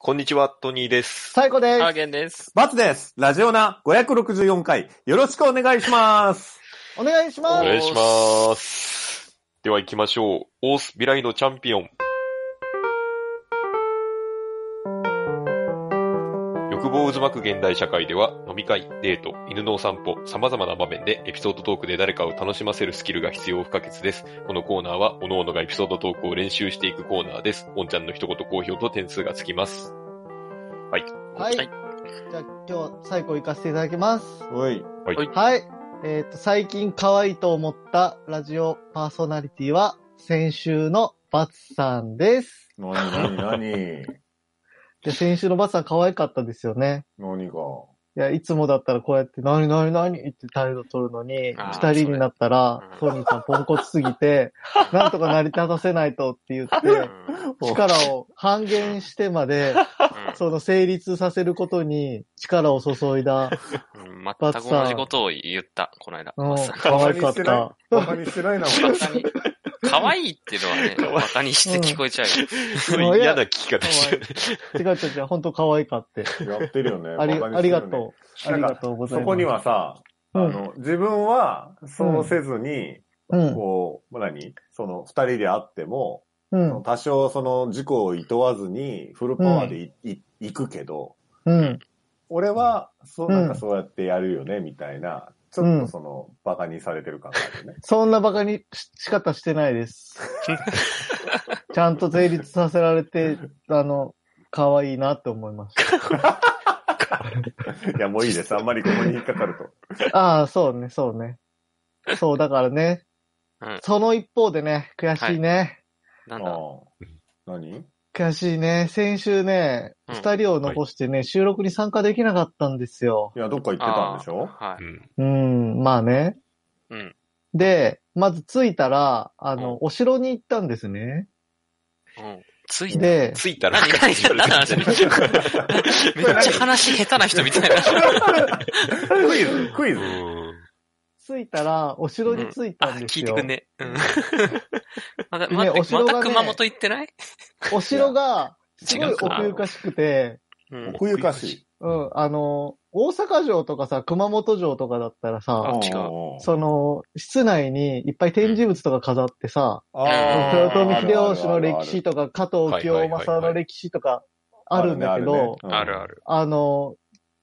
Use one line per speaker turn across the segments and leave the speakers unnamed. こんにちは、トニーです。
最高で
アー
す。
ゲンです。
バツです。ラジオナ564回、よろしくお願いします。
お願いし
お
ます。
願いします。では行きましょう。オース未来のチャンピオン。欲望渦巻く現代社会では、飲み会、デート、犬のお散歩、様々な場面でエピソードトークで誰かを楽しませるスキルが必要不可欠です。このコーナーは、各々がエピソードトークを練習していくコーナーです。おんちゃんの一言好評と点数がつきます。はい。
はい。
はい
じゃあ今日、最高行かせていただきます。
おい。
はい。えっ、と、最近可愛いと思ったラジオパーソナリティは、先週のバツさんです。
なになになに
で、先週のバツさん可愛かったですよね。
何が
いや、いつもだったらこうやって、なになになにって態度取るのに、
あー
二人になったら、
そ
トニーさんポンコツすぎて、なんとか成り立たせないとって言って、力を半減してまで、その成立させることに力を注いだ、
うん全く同じことを言った、この間。
うん、
可
可
愛
愛
い
かった。
バカにしてないな、
バカに、可愛いっていうのはね、
可愛い
バカにして聞こえちゃうよ。
すごい嫌な聞き方してる。
違う違う違う、本当可愛かって。
やってるよ ね。
あり、ありがとう。あ
なん
り
か
がとうご
う
ざ
そ
います。
こに、はさ、あ
うん、
の、自分は、そうせずに、
うん、
こう、何その、二人で会っても、
うん、
多少その、事故を厭わずに、フルパワーでい、い行くけど、
うん、
俺は、そう、
うん
なんかそうやってやるよね、みたいな、ちょっとその、バカにされてる感があるよね。
そんなバカにし仕方してない です。ちゃんと成立させられて、あの、可愛いなって思いまし
いや、もういいです。あんまりここに引っかかると。
た。ああ、そうね、そうね。そう、だからね
うん。
その一方でね、悔しいね。
なんだ
ああ。何
悔しいね。先週ね、
うん
二、人を残してね、収録に参加できなかったんですよ。
いや、どっか行ってたんでしょ
は
う
い。
ん
うん、まあね。
うん。
で、まず着いたら、あの、
うん
お城に行ったんですね。
うん。ついて。
で、
着いたら、
何何何の 話めっちゃ話下手な人みたいな。
クイズクイズ
うん
着いたら、お城に着い
あ
たん、です
聞い
よ。
てくんね。うん。まだ、
ね
待っ
お
て、
城
ま
がね
た熊本行ってない
お城が、すご
違
いう
か
奥ゆかしくて、
うん。
奥ゆかしい。
うん、あの、大阪城とかさ、熊本城とかだったら
あ
さ、
違う
うん
その、室内にいっぱい展示物とか飾ってさ、
あー
豊臣秀吉の歴史とか、加藤清正の歴史とかあるんだけど、
あるあ。る。
あの、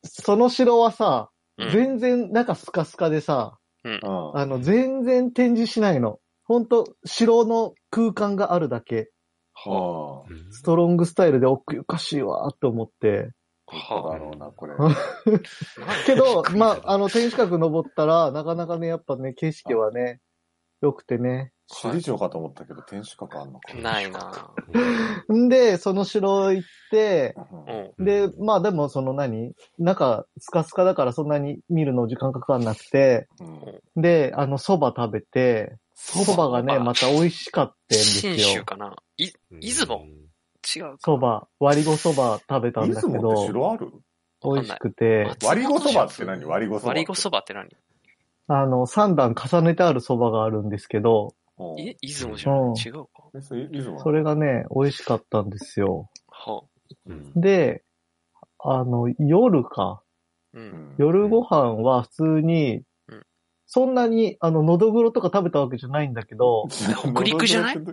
その城はさ、
うん
全然中スカスカでさ、
あるねうん
あの、全然展示しないの。ほんと、城の空間があるだけ、
はあ。
うん
ストロングスタイルで奥ゆかしいわーって思って。
どうだ
は
ろうな、これ。
け ど、まあ、あの、天守閣登ったら、なかなかね、やっぱね、景色はね、良くてね。
首里城かと思ったけど、天守閣あんのか
あ。。ないな
うんで、その城行って、
うん
うん。
で、まあでもその何中、スカスカだからそんなに見るの時間かかんなくて、
うん
で、あの、蕎麦食べて、
蕎麦
蕎麦がね、
あ
また美味しかったんです
信州
よ。
かな。い、出雲違うか。
蕎麦、割りご蕎麦食べたん
出
だけ
雲って
ど、
城ある
美味しくて、
割りごそばって何割りごそば。
割りごそばって何
あの、3段重ねてある蕎麦があるんですけど、
うん
え
え、
出雲じゃない違うか。
それ出雲
それがね、美味しかったんですよ。
はあ。
うん
で、あの、夜か。
う。
うんん
夜ご飯は普通に
うん、
そんなに、あの、喉黒とか食べたわけじゃないんだけど、
北陸じゃない
北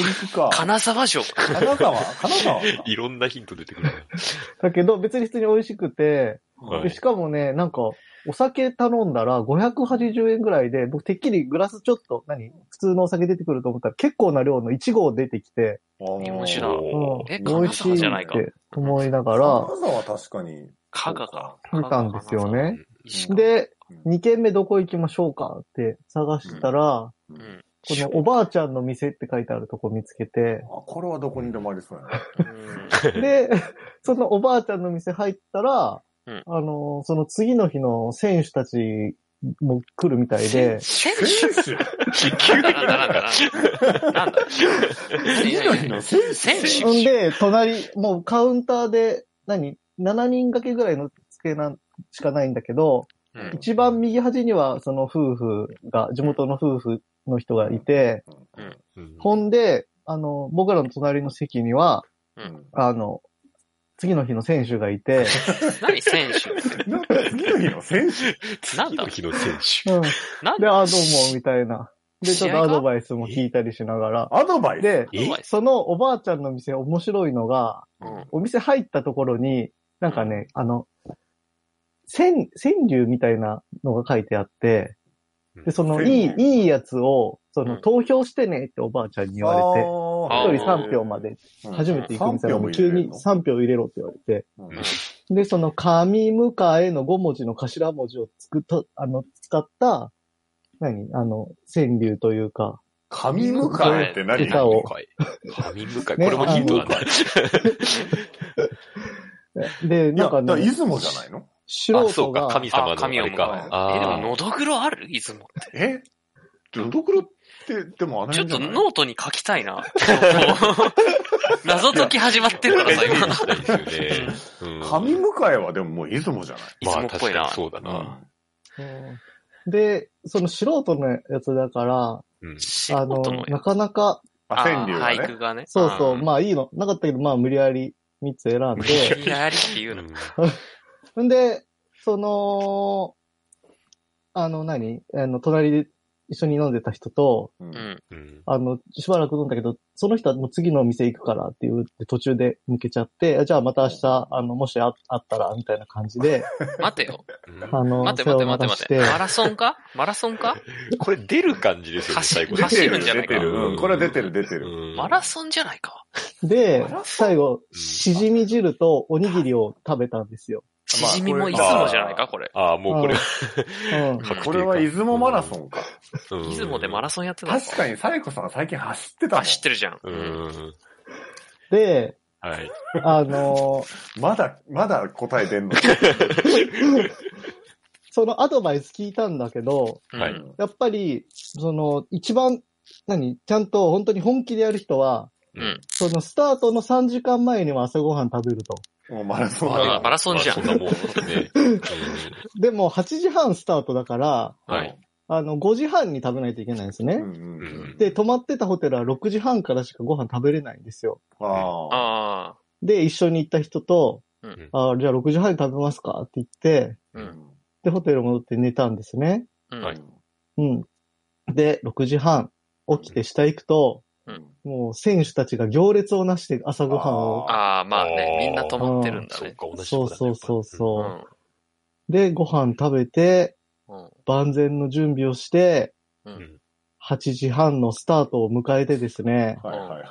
陸か。
金沢城。
金沢金沢か
いろんなヒント出てくるな。
だけど別に普通に美味しくて、
は
で
い
しかもね、なんか、お酒頼んだら580円ぐらいで、僕てっきりグラスちょっと、何普通のお酒出てくると思ったら結構な量の1合出てきて、
日本酒だ
うん
え
美味しいっ
金沢じゃないか
て思いながら、
金沢は確かに。
加賀か。
見たんですよね。
石川。
で
うん、
2軒目どこ行きましょうかって探したら、
う
う。
んん。
このおばあちゃんの店って書いてあるとこ見つけて
あ、、これはどこにでもありそうやな。
うん
で、 そのおばあちゃんの店入ったら、
うん
あの、その次の日の選手たちも来るみたいで、
選手
手
なんだなんだなんだ
次の日の選手
選手
ほんで、隣、もうカウンターで、何 ?7 人掛けぐらいの机なんしかないんだけど、
うん
一番右端にはその夫婦が、地元の夫婦の人がいて、ほんで、あの、僕らの隣の席には、
うん
あの、次の日の選手がいて、
何選手
なんか次の日の選手
なんだ
次の日の選手。
うん。
なん
で、
だ
あ、どうも、みたいな。で、ちょっ
試合
と
か
アドバイスも聞いたりしながら。
アドバイス
で、
うまいっす
そのおばあちゃんの店面白いのが、
うん
お店入ったところに、なんかね、あの、川、川柳みたいなのが書いてあって、で、その、
川
いい
柳、
いいやつを、そうの、
ん
投票してねっておばあちゃんに言われて、
あ
一
ー
人3票まで、初めて行く店なのに、急
三票も入れる
に
の
3票入れろって言われて、
うん
うん
で、その、神迎えの5文字の頭文字をつくと、あの、使った、何あの、川柳というか、
神迎えって何
歌を
神迎え。神迎え。
ね
これもヒントなんだ。
で、な
いや、
んか
だから
ね
出、雲じゃないの
素
あ、そ
人
うか。
が
神、様の
あ、
あ
神を
れ
迎
か。
え。え、でも、
あー
のどぐろある出雲。
えドドクロって、でもあの
ちょっ
辺じ
と
ゃない
ノートに書きたいな。 謎解き始まってるからさ、今。
そう ですよね。うん
神迎えはでももう出雲じゃない
出雲っぽい
まあ確かにそ
な。
うだな。
うんで、その素人のやつだから、
うん。
仕
あ
事
の
の、
なかなか、
あ、川柳
あー
が
俳
ね
句。がね。
そうそう、
ん
まあいいの、なかったけど、まあ無理やり3つ選ん
無
で、
いやありっていうの。
んで、その、あの何、あの、隣で一緒に飲んでた人と、
う
うんん。
うん。
あの、しばらく飲んだけど、その人はもう次のお店行くからって言って途中で抜けちゃって、あじゃあまた明日、あの、もしああったら、みたいな感じで、
待てよ。
うん
あの、
待て待て待て待て。
背を伸ば
マラソンかマラソンか
これ出る感じですよね、
走
最後
出てるんじゃな
出
いか
てる。うんこれは出てる、出てる。
うん
マラソンじゃないか。
で
マラソン、
最後、
うん
しじみ汁とおにぎりを食べたんですよ。
しじみも出
まあこ
雲
れ
じゃないか、これ。
ああ、もうこれ、
うん。
確
これは出雲マラソンか。
うん
出雲でマラソンやってたの
確かに、サイコさん最近走ってたもん
走ってるじゃん。
うん。
で、
はい。
あのー
まだ、まだ答え出んの。
そのアドバイス聞いたんだけど、
うん
はい
やっぱり、その、一番、何ちゃんと本当に本気でやる人は、
うん。
そのスタートの3時間前には朝ごはん食べると。
もうマラソン
ま
だ
あ
な
マラソンじゃ
ま
ん。
あそんなもんね。うん
でも8時半スタートだから、
はい。
あの、5時半に食べないといけないんです
う
ね。
んうんうん。
で、泊まってたホテルは6時半からしかご飯食べれないんですよ。
ああ。
ああ。
で、一緒に行った人と、
うん
あじゃあ6時半に食べますかって言って、
うん
で、ホテル戻って寝たんですね。
うん
はい
うん。で、6時半、起きて下行くと、
うん
もう選手たちが行列をなして朝ごはんを。
ああ、まあね、みんな止まってるんだ
そう
ね。
か、同じ
そうそうそう
う
そう。
ん。
で、ご飯食べて、
うん。
万全の準備をして、
うん
8時半のスタートを迎えてですね、
はいはいはい。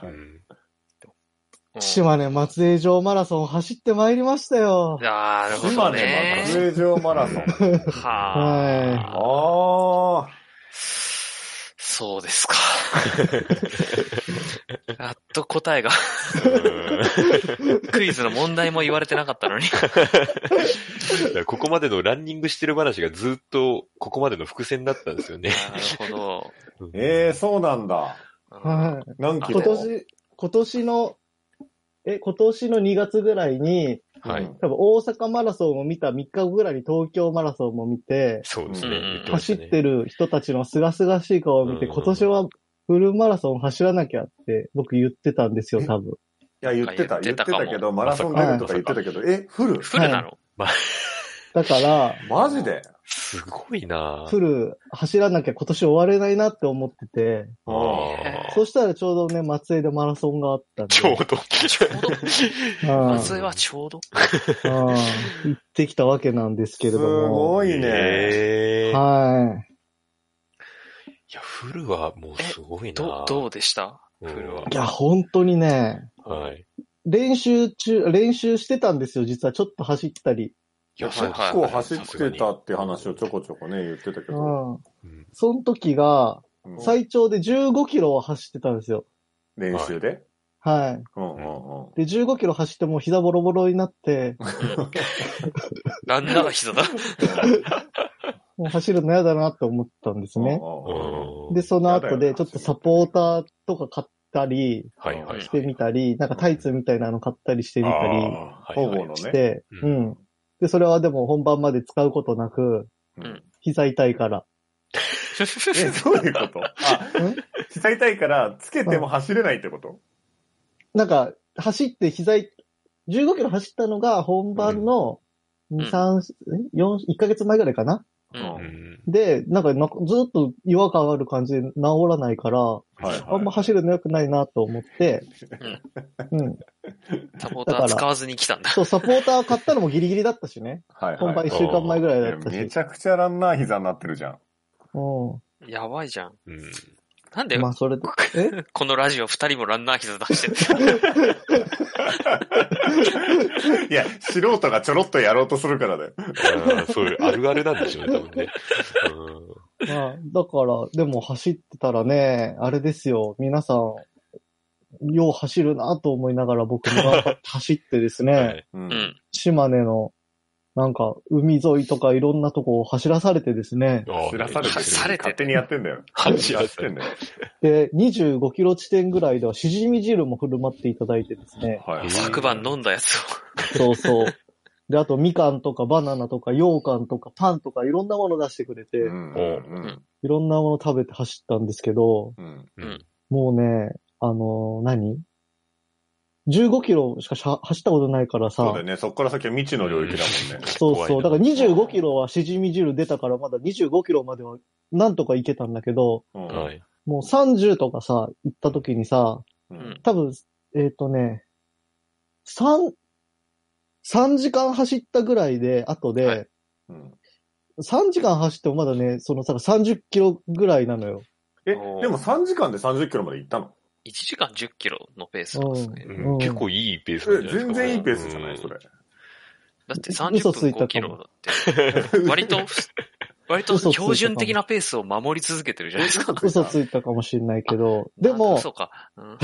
島根松江城マラソンを走ってまいりましたよ。
ああ、なるほ
島
ど
根
ね。
松江城マラソン。
はあ。
ああ。
そうですか。 やっと答えが、クイズの問題も言われてなかったのに。
うんここまでのランニングしてる話がずっと、ここまでの伏線だったんですよね。
なるほど。
ええ、そうなんだ。
うん
はい
何キロ
今年、今年の、え、今年の2月ぐらいに、
はい。
多分大阪マラソンを見た3日後ぐらいに東京マラソンも見て、
そうです
う
ね
ん。
言ってま
走
し
った
ね
てる人たちの清々しい顔を見て、
うん
今年はフルマラソン走らなきゃって僕言ってたんですよ、多分。
いや、言ってた、
言
言っ
っててた
たけど、マラソン出
まさか
るとか言ってたけど、え、フル
フルなの
だから、
マジで
すごいな
フル走らなきゃ今年終われないなって思ってて、
あ
え
ー
そしたらちょうどね、松江でマラソンがあったんで。
ちょうど。
うん
松江はちょうど
うん行ってきたわけなんですけれ
す
ども。
ごいね。
えー
はい
や、フルはもうすごいな
ど、どうでしたフルは。
い。いや、本当にね、
はい。
練習中、練習してたんですよ、実は。ちょっと走ったり。
いや
はいはい
結構走ってたって話をちょこちょこね、言ってたけ
う
ど、
ん。
うん
その時が、
うん
最長で15キロを走ってたんですよ。
練習で。
はい。
うんうんうん。
で、15キロ走ってもう膝ボロボロになって、
なんなら膝だ。
もう走るの嫌だなって思ったんですね。
うん
で、その後
嫌だ
で、
よな
ちょっとサポーターとか買ったり
はいはい。
してみたり、なんかタイツみたいなの買ったりしてみたり
あーは
保
い
護
はい
の
し
ね。
て、
う
うんん。で、それはでも本番まで使うことなく、
うん
膝痛いから。
え、どうい うことあ、膝痛いから、つけても走れないってこと
なんか、走って膝い、 15キロ走ったのが本番の
ん
2、3、4、1ヶ月前ぐらいかな
うん
う
うん
ん。
で、なんかなずっと違和感ある感じで治らないから、
はいはい
あんま走るの良くないなと思って、うん。
サポーター使わずに来たんだ。
そう、サポーター買ったのもギリギリだったしね。
はいはい
本番1週間前ぐらいだった
いやめ
し。
ちゃくちゃランナー膝になってるじゃん。
う
やばいじゃん。
うん。
なんで、
ん。まあ、それで。え
このラジオ二人もランナー膝出してる
いや、素人がちょろっとやろうとするからだよ。
あーそういうあるあるなんでしょうね、多分ね。
まあ、だから、でも走ってたらね、あれですよ、皆さん、よう走るなと思いながら僕も頑張って走ってです
う
ね、
ん はい。
う
う。ん。
島根の、なんか、海沿いとかいろんなとこを走らされてですね、
あー
知らされてる。
知らされてる
勝手にやってんだよ。
走ら
ら
せ
せ
て
て
ん
んだよ。
で、25キロ地点ぐらいではしじみ汁も振る舞っていただいてですね、
はい。
昨晩飲んだやつ
そうそう。で、あと、みかんとかバナナとか羊羹とかパンとかいろんなもの出してくれて、
うん。うん。
いろんなもの食べて走ったんですけど、
うん。
うん
もうね、あのー何 ?15 キロしかしゃ走ったことないからさ、
そうだよね。そっから先は未知の領域だもんね。
そうそう。だから
ら、
25キロはしじみ汁出たからまだ25キロまではなんとか行けたんだけど、
うん
はい。
もう30とかさ、行った時にさ、
う
うん
ん。
多分、えっ、とね、3、3時間走ったぐらいで、後で、
は
うん
3時間走ってもまだね、そのさ、30キロぐらいなのよ。
え、でも3時間で30キロまで行ったの
1時間10キロのペースなんですね。
うん
うん
結構いいペースなん
え
じゃないです
全
か
然いいペースじゃないそれ。。
だって
嘘
30
つ
分
いた
5キ
かも
ロだって、割と、割と標準的なペースを守り続けてるじゃないですか。
嘘ついたかもしれないけど、で
なん
も
だ、そうか。うん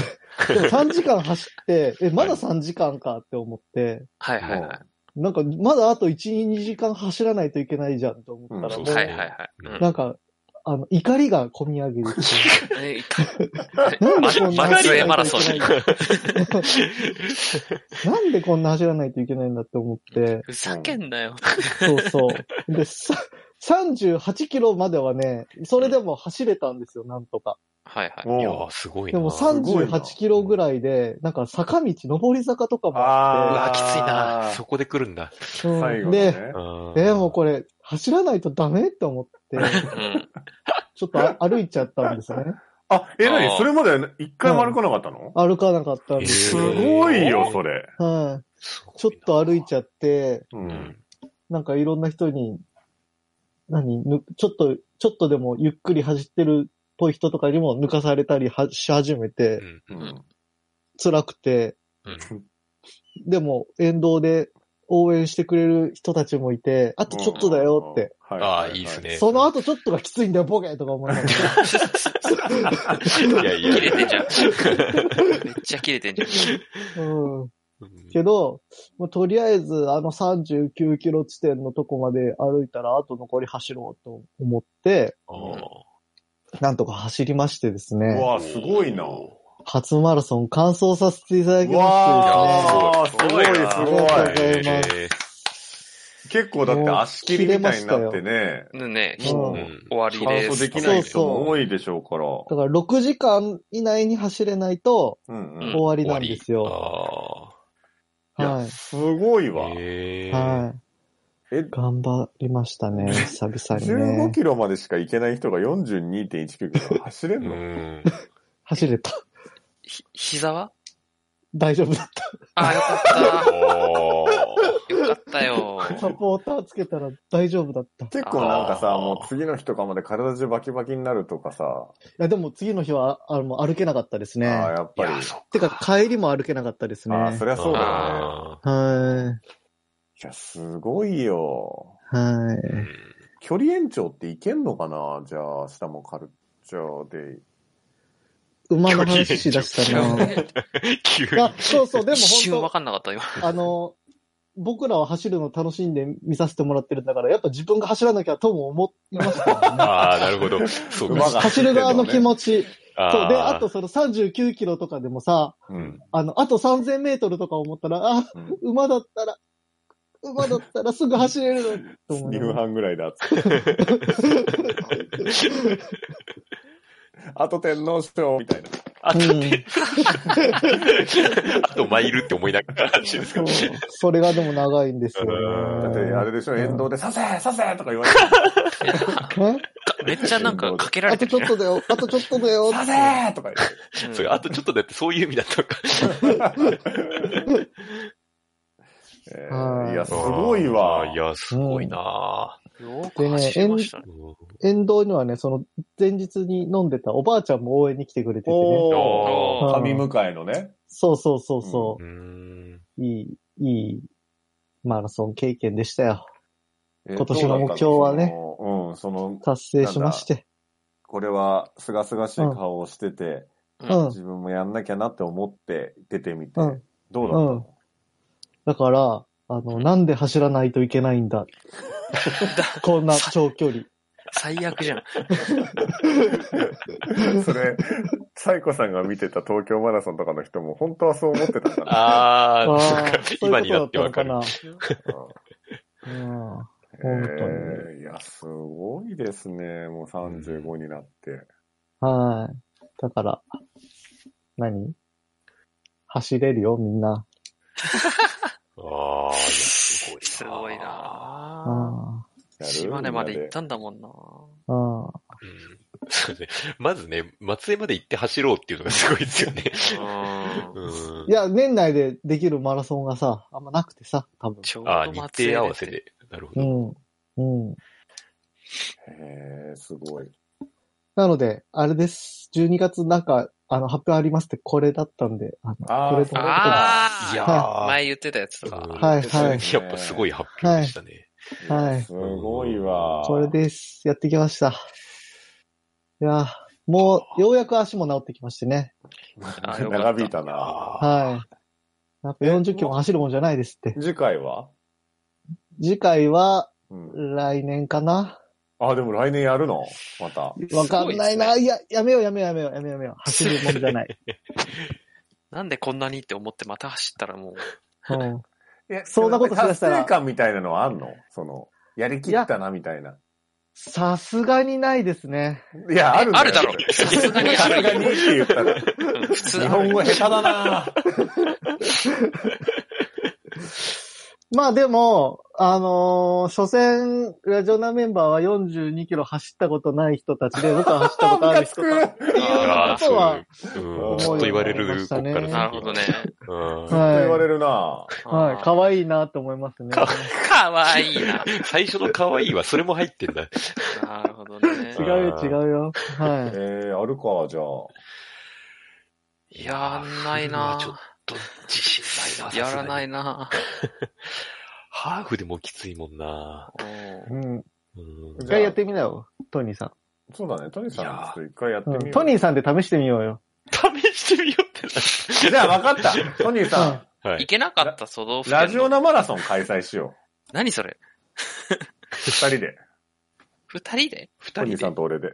で も3時間走って、え、まだ3時間かって思って、
はいはいはい。
なんか、まだあと1、2時間走らないといけないじゃんと思ったら、
うん
もう、
はいはいはい。うん
なんか、あの、怒りが込み上げる。
えいか
なん
ま
でこんな
松
走
江
ら
マ
な
ラ
い
ソ
と
ン
いけないんだ なんでこんな走らないといけないんだって思って、
ふざけんなよ。
そうそう。で、さ38キロまではね、それでも走れたんですよ、なんとか。
はいはい。
いや
も
ー、すごい
で
な。
も
ごいな
38キロぐらいで、なんか坂道、上り坂とか
う
もあ
あーうわきついな
そこで来るんだ。
って、うん
最後の
で、
ね。
で
で
もこれ、走らないとダメって思って、
うん。
ちょっとあ歩いちゃったんですね。
あ、え、な
あー
にそれまで一回も歩かなかったの
歩かなかったんです。
すごいよ、それ。
はい、
れ
ちょっと歩いち
ゃ
ゃって、
う。
うんん。
なんかいろんな人に、何ぬちょっと、ちょっとでもゆっくり走ってるっぽい人とかにも抜かされたりはし始めて、
う
うん
ん。
辛くて、でも沿道で応援してくれる人たちもいて、あとちょっとだよって。
はい。
ああ、いいですね。
その後ちょっとがきついんだよ、ボケとか思いながら。
いやいや。
切れてんじゃん。めっちゃ切れてんじゃん。
うん。
うん
けど、もうとりあえずあの39キロ地点のとこまで歩いたら、あと残り走ろうと思って、
あー
なんとか走りましてです
う
ね。
わあ、すごいな。
初マラソン完走させていただきましてですね。
わあ、す
すご
ご
い
い、
な
す
あ
ごい
りがとうございま。す
え
結構だって足切りみたいになってね、
ね
う
ね、
ー
ん
うん
終わり
完
です。
走できない人
そうそ
も
う
多いでしょうから。
だから6時間以内に走れないと
うんう
うん
ん。
終わりなんですよ。
よ。
い
は
や、
い。
すごい
あー
わ。
へー
はい。
え、
頑張りましたね、久々に
15
ね。
キロまでしか行けない人が42.199キロ走れん
う
の
ん。
走れた。
ひ膝は
大丈夫だっ
あ、よか
あ
っ
ー
た。よかったよ。
た。サポーターつけたら大丈夫だった。い
結構なんか
あ
さ、
ー
もう次の日とかまで体中バキバキになるとかさ、
や、でも次の日は、あもう歩けなかったです
ああ
ね。
やっ
い
ぱり。
や、そっ
てか、帰りも歩けなかったですね。
ああ、
は
そりゃそうだよね。
か。
い。
いや、すごいよ。
は
う
い。
ん
距離延長っていけんのかなじゃあ、明日もカルチャーで。
馬の話しだした な。
急
い
に。
や、そうそう、でも
一瞬
本
わかんなかった、今。
当あの、僕らは走るの楽しんで見させてもらってるんだから、やっぱ自分が走らなきゃとも思いましたよね、
ああ、なるほど。そう
馬
か。
が
走る側の気持ち。
あ
そう。
ー
で、あと、その39キロとかでもさ、
うん。
あの、あと3000メートルとか思ったら、あ、
うん
馬だったら、馬だったらすぐ走れるのにと思 い
2
な
分
がら
半ぐらいだっつって。 あと天皇賞みたいな。
あ
う
と
ん
って、あとマイルって思いながら話ですけ
そ
ど
う。それがでも長いんですよ
だって、
ね。
あれでしょ、沿道で、させさせとか言われて、
ね
めっちゃなんかかけら
あ
れ
と
て
ちょ
る
っとだよ、あとちょっとだ よ。
させとか言って。
じゃん。
そうれ
ん
あとちょっとだってそういう意味だったのか。
え
は
ー
い
いや、すごいわ。
いや、すごいな
よく走りましたね。
ぁ。
沿道にはね、その前日に飲んでたおばあちゃんも応援に来てくれててね。
お
う
ー
ん
神向かいのね。
そうそうそうそう
ーん。
う、いい、いいマラソン経験でしたよ。
今
年の目標はね。
うん、その、
達成しまして。
これは、すがすがしい顔をしてて、
う
うん。
自分もやんなきゃなって思って出てみて、
うん
どうだったの、
だから、あの、なんで走らないといけな いんだ。こんな長距離。
最悪じゃん。
それ、サイコさんが見てた東京マラソンとかの人も本当はそう思ってたんだな。
あ
あ
ー、
ー
そっか
そう
今
い
に
う
な
こ
って
とだ
わ
ったのか
かる。
な。うん本
えーいや、すごいですね。もう35になって。
はい。だから、何走れるよ、みんな。
あー、いや、すごいなぁ
すごいな
う
ぁ。
ん。
やる
島根まで行っ
みんな
たんだもんな
うん。
うんそうですねまずね、松江まで行って走ろうっていうのがすごいですよね。
ぁ。
うん
い、や、年内でできるマラソンがさ、あんまなくてさ、多分。
ちょう
あ
ど
ー
松
日
江
程合わせ。で。なるほ
う
ど。
ん。うん。
へーすごい。
なので、あれです。12月なんか、あの、発表ありますってこれだったんで、あの、
あー
これとこれとだ。
ああ
いやー
前言ってたやつとか。
はいはい
普通にやっぱすごい発表でしたね。
はい
すごいわ。
これです。やってきました。いやー、もう、ようやく足も治ってきましてね。
あよかった
長引いたな。
あー
はい。やっぱ40キロも走るもんじゃないですって。
次回は、
次回は、
うん、
来年かな
あ、でも来年やるのまた。
わかんないな。
すごですね
いや、やめようやめようやめようやめようやめよう。走るもんじゃ ない。
なんでこんなにって思ってまた走ったらもう。
うん。
え
そんなことしだしたら
達成感みたいなのはあんのその、やりきったなみたいな。
さすがにないですね。
いや、あるんよ
あるだろ
さすがにさすがにって言ったら、
うん普通
日本語下手だな
まあでも、あのー、所詮、ラジオナメンバーは42キロ走ったことない人たちで、僕は走ったことある人 たちっていう
あー、
ことは、
そういう、うんずっと言われる、こっから
なるほどね。。
うん
はい
言われるな
はい、可愛いなと思いますね。
かわいいな。
最初の可愛いは、それも入ってんだ。
なるほどね
違う。よ、
あー
違うよ。
え
は
ー、あるか、じゃあ。
やんな
ハ
い
ー
な
フはちょっと、自信ないな。
やらない
な。
な。
ハーフでもきついもんな。
い。うん。
うん
一回やってみなよ、トニーさ
そうだね、トニーさ
い
ん、ち
や
ょっと一回やって
ん。
み
う
よう。
ん、トニーさんで試してみようよ。
試してみようって
じゃあ分かった。トニーさ
な。はいい。
けなかった、都道府県
ん、
の。
ラジオナマラソン開催しよ
何それ
う。二人で。
二人で
ト
二
ニーさ
人
んと俺で。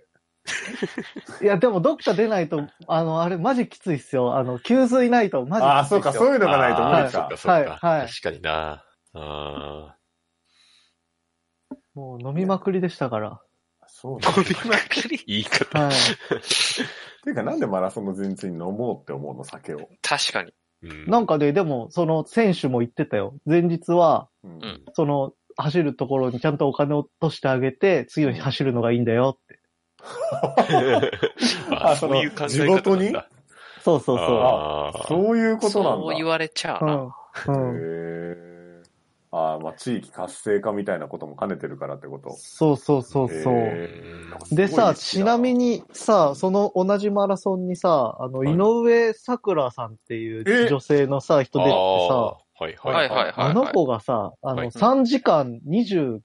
いや、でもどっか出ないと、あの、あれ、マジきついっすよ。あの、給水ないと、マジきついっすよ。
ああ、そうか、そういうのがないと無
あ
理
ー
そっ
か
か、。そっか。
はいはい
確かにな。あ
もう飲みまくりでしたから。
そう
ー
だ。
これは言い方。
はい。
ていうか、なんでマラソンの前日に飲もうって思うの、酒を。
確かに。
うん
なんかね、でも、その、選手も言ってたよ。前日は、
う
うん
その、走るところにちゃんとお金を落としてあげて、次の日走るのがいいんだよって。
あ、そういう考え方なんだ。
地元に
そうそうそ
あー
そういうことなんだ。
そう言われちゃ
う。
うな。
うん。うん。
へーああ、まあ、地域活性化みたいなことも兼ねてるからってこと。
そうそうそうそ
へ
う。でさ、ちなみ
に。
にさ、その同じマラソンにさ、あの、
はい
井上咲らさんっていう
え
女性のさ、人出てて
あー
さ、
はい
は
はいい。
はいはい。
あの子がさ、あ
はい
の、3時間25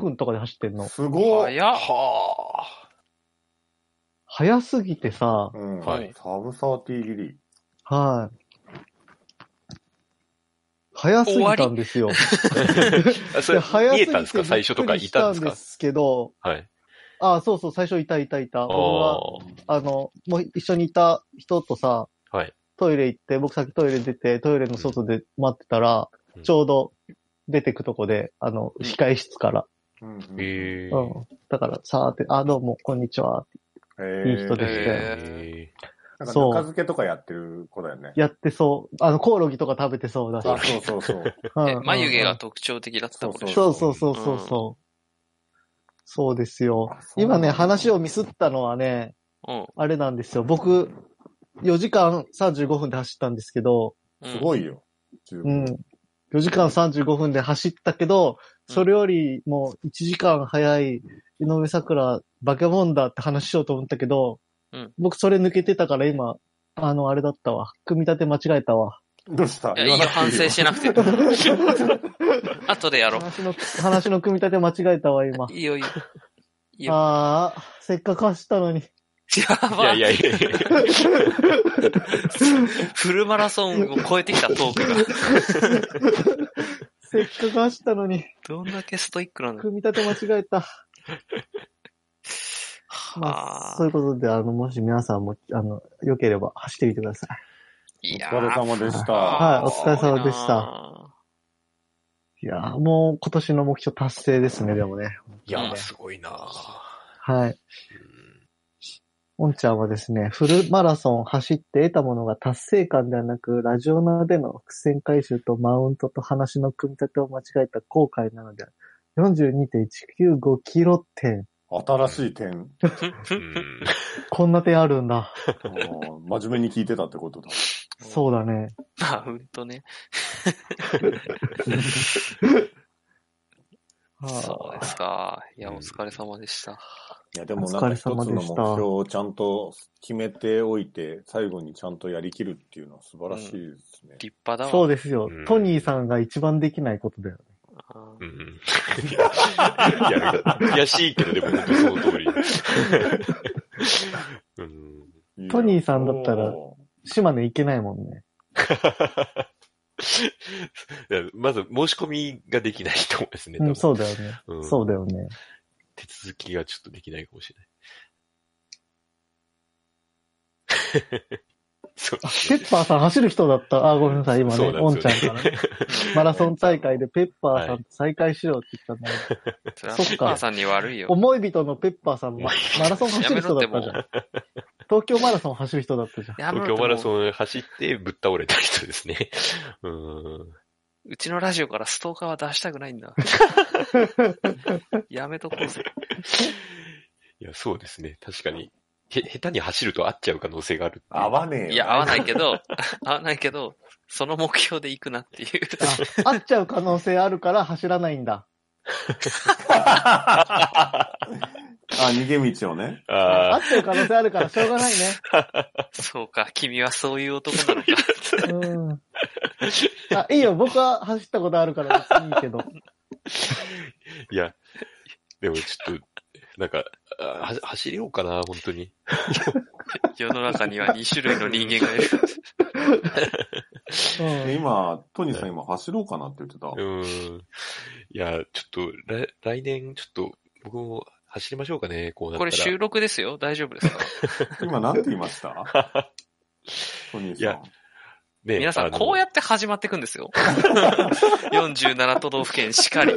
分とかで走ってんの。
すごい。
早っ。
は
早すぎてさ、
うん、
はい
サブサーティーギリ。
はい。早すぎたんですよ。
あ。そ
い
れ、
や早
見
すぎ
え
て
たんですか最初とか
びっくり
い
した
んで
たん
す
で
か
すけど、
はい。
あそうそう、最初いたいたいた。
あ
僕は、あの、もう一緒にいた人とさ、
ーはい。
トイレ行って、僕さっきトイレ出て、トイレの外で待ってたら、
うん
ちょうど出てくとこで、あの、
うん
控え室から。
うん
へ
うん。だから、さーって、あ、どうも、こんにちは。
へー
いい人で
したよ
え。
なんか
そう
ぬか漬けとかやってる子だよね。
やってそう。あの、コオロギとか食べてそうだし。
あ、そうそうそう。
うん
え
うん
眉毛が特徴的だったことでしょ。
そうそうそうそうそう。そうですよ
あ。そうな
今
んだ
ね、話をミスったのはね、
うん。
あれなんですよ。僕、4時間35分で走ったんですけど、
すご
い。
いよ。十
う
分
ん。4時間35分で走ったけど、それよりも1時間早い井上桜バケモンだって話しようと思ったけど、
うん
僕それ抜けてたから今、あの、あれだったわ。組み立て間違えたわ。
どうし
い
た
や、いいよ、反省しなくて。 後でやろう。
話の、話の組み立て間違えたわ、今。
いいよ、いいよ。 いいよ。
ああ、せっかく走ったのに。
やば
いやいやいやいや。
フルマラソンを超えてきたトークが。
せっかく走ったのに、
どんだけストイックなんだ
組み立て間違えた。まあ、
は
そう
あ
いうことで、あの、もし皆さんも、あの、良ければ走ってみてください。
いや
お疲れ様でした。
はいお疲れ様でした
た。
いやーもう今年の目標達成ですね、でもね。
い
うん
やー、すごいなあ
はい。おんちゃんはですね、フルマラソン走って得たものが達成感ではなく、ラジオナでの伏線回収とマウントと話の組み立てを間違えた後悔なのである、42.195キロ点。
新しい点。
うん
こんな点あるんだ。
うん真面目に 聞いてたってことだ。
そうだね。
マウントね。
はあ
そうですか。いや、
うん
お疲れ様でした。
いや、でもなんか一つ
お疲
の
れ様
目
でした
標をちゃんと決めておいて、最後にちゃんとやりきるっていうのは素晴らしいですね。
立派だわ。
そうですよ
うん。
トニーさんが一番できないことだよね。
あ
うんうんいや、いや悔しいけど、でも本当にその通り。うん
いいよ
トニーさんだったら
お
島根行けないもんね。
いやまず、申し込みができないと思いますね。
うん、
う。
そうだよね。
うん
そうだよね。
手続きがちょっとできないかもしれない。そう
あペッパーさん走る人だった。あ、ごめんなさい、今
そ
ね、
うな
お
ん
ん
で
ち
す
ゃ
よ
ん
ね
からね。マラソン大会でペッパーさんと再会しようって言ったんだけど、
それは
そっか
ペッパーさんに悪いよ。
思い人のペッパーさんもマラソン走る人だったじゃ
やめろ
ん。東京マラソン走る人だったじゃん。
やめろ
東京
って
マラ
も
ソン走ってぶっ倒れた人ですね。うん。
ううちのラジオからストーカーは出したくない んだ。やめとこうぜ。
いや、そうですね。確かに。へ、下手に走ると合っちゃう可能性があるっていう。
合わねえよ。
いや、合わないけど、 合わないけど、その目標で行くなっていう。
あ会っちゃう可能性あるから走らないんだ。
あ、逃げ道をね。
会
あ
っちゃう可能性あるからしょうがない
そうか、君はそういう男なのか。
ね。うん。あ、いいよ、僕は走ったことあるから別にいいけど。
あ、いや。でもちょっと、なんか、あは走りようかな、本当に。
世の中には2種類の人間がいる。
うん。
今、トニーさん今走ろうかなって言ってた。
うん。いや、ちょっと、来来年、ちょっと、僕も走りましょうかね、こうなった
こ
ら。
れ収録ですよ大丈夫ですか
今なんて言いましたトニー
い
さ
や
ん。
ね
皆さ
あ
ん、
の
こうやって始まっていくんですよ。47都道府県しかり。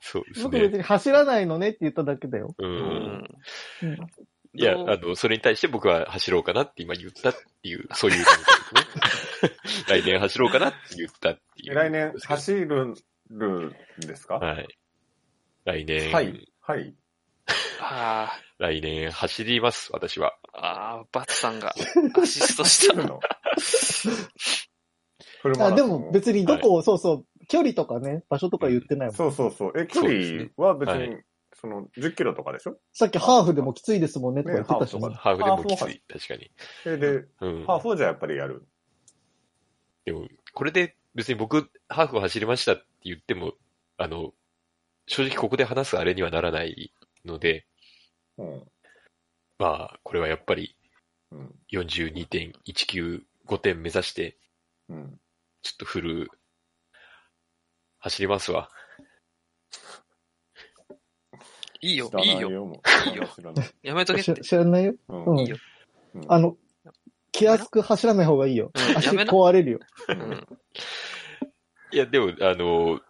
そうです
僕
ね
別。に走らないのねって言っただけだよ。
う。
うんん
うん
いや、
どう
あの、それに対して僕は走ろうかなって今言ったっていう、そういう感じ ですね。来年走ろうかなって言ったっていう。
来年走るんですか
はい。来年、
はい。はい。
あ
来年走ります、私は。
あ、ああ、バツさんがアシストした。
フルマ
あ
ラソン
でも別にどこを、そうそう、距離とかね、場所とか言ってないもん。
そうそうそう。え、距
そうです
離
ね
は別
は
に、その、10キロとかでしょ
さっきハーフでもきついですもんねとか言ってたしね、
ねハーフとか
ハーフでもきつ
ハー
い、確かに。
それで、
うん。
ハーフをじゃあやっぱりやる。
でも、これで別に僕、ハーフを走りましたって言っても、あの、正直ここで話すあれにはならないので、
うん。
まあ、これはやっぱり
うん。
42.195点目指して、
うん。
ちょっとフル、走りますわ。
いいよ
知ら、
い
ない
よ。
よ。もう
いいよ
知らない
やめとけっ
知
て
ら。知らないよ。
うん
うん
いいよ。
うん
あの、気安く走らない方がいいよ
う。ん
足
やめな
壊れるよ。
うん。
いや、でも、あの、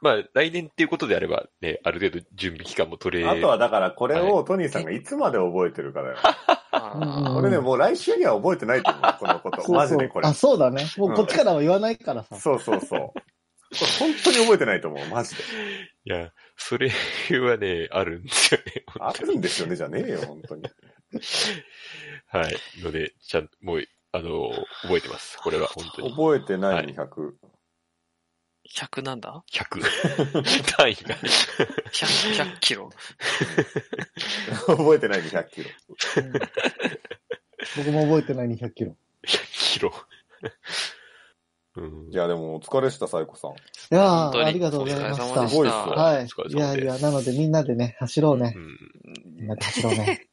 まあ、来年っていうことであれば、ね、ある程度準備期間も取れ
あとはだからこれをトニーさんがいつまで覚えてるかだよ。
うん
これね、もう来週には覚えてないと思う、このこと。マジでこれ
あ、。そうだね。もうこっちからは言わないからさ。
そうそうそう。これ本当に覚えてないと思う、マジで。
いや、それはね、あるんですよね。
あ
本当
る
に
んですよね、じゃねえよ、本当に。
はい。ので、ちゃん、もう、あの、覚えてます。これは、本当に。
覚えてない200。
100なんだ
100。単位が。
?100、100キロ。
覚えてない200キロ。
うん僕も覚えてない200キロ。
キロ。うん
い。や、でもお疲れした、サイコさん。
いや
本当
ー、
に。
ありがとうございま
お
し
疲れ様
た。
で
ごいっすわ
はい
お疲れ様で。
い
す
やいや、なのでみんなでね、走ろうね
う。ん
みんなで走ろうね。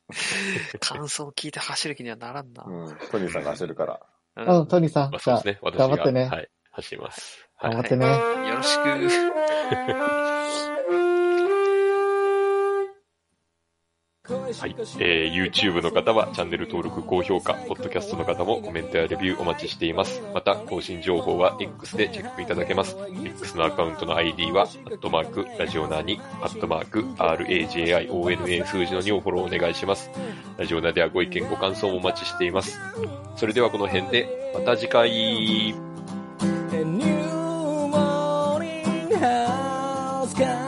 感想を聞いて走る気にはならんな。
うん。トニーさんが走るから。
う
うん、トニーさん
まあ、、
じ
そうで
ゃあ
す、ね。私が。
頑張ってね
はい。走ります。はい
頑張ってね。
よろしく。
はい。えー、YouTube の方はチャンネル登録、高評価、Podcast の方もコメントやレビューお待ちしています。また、更新情報は X でチェックいただけます。X のアカウントの ID は、アットマーク、ラジオナーに、アットマーク、RAJIONA 数字の2をフォローお願いします。ラジオナーではご意見、ご感想もお待ちしています。それではこの辺で、また次回。
A new morning has come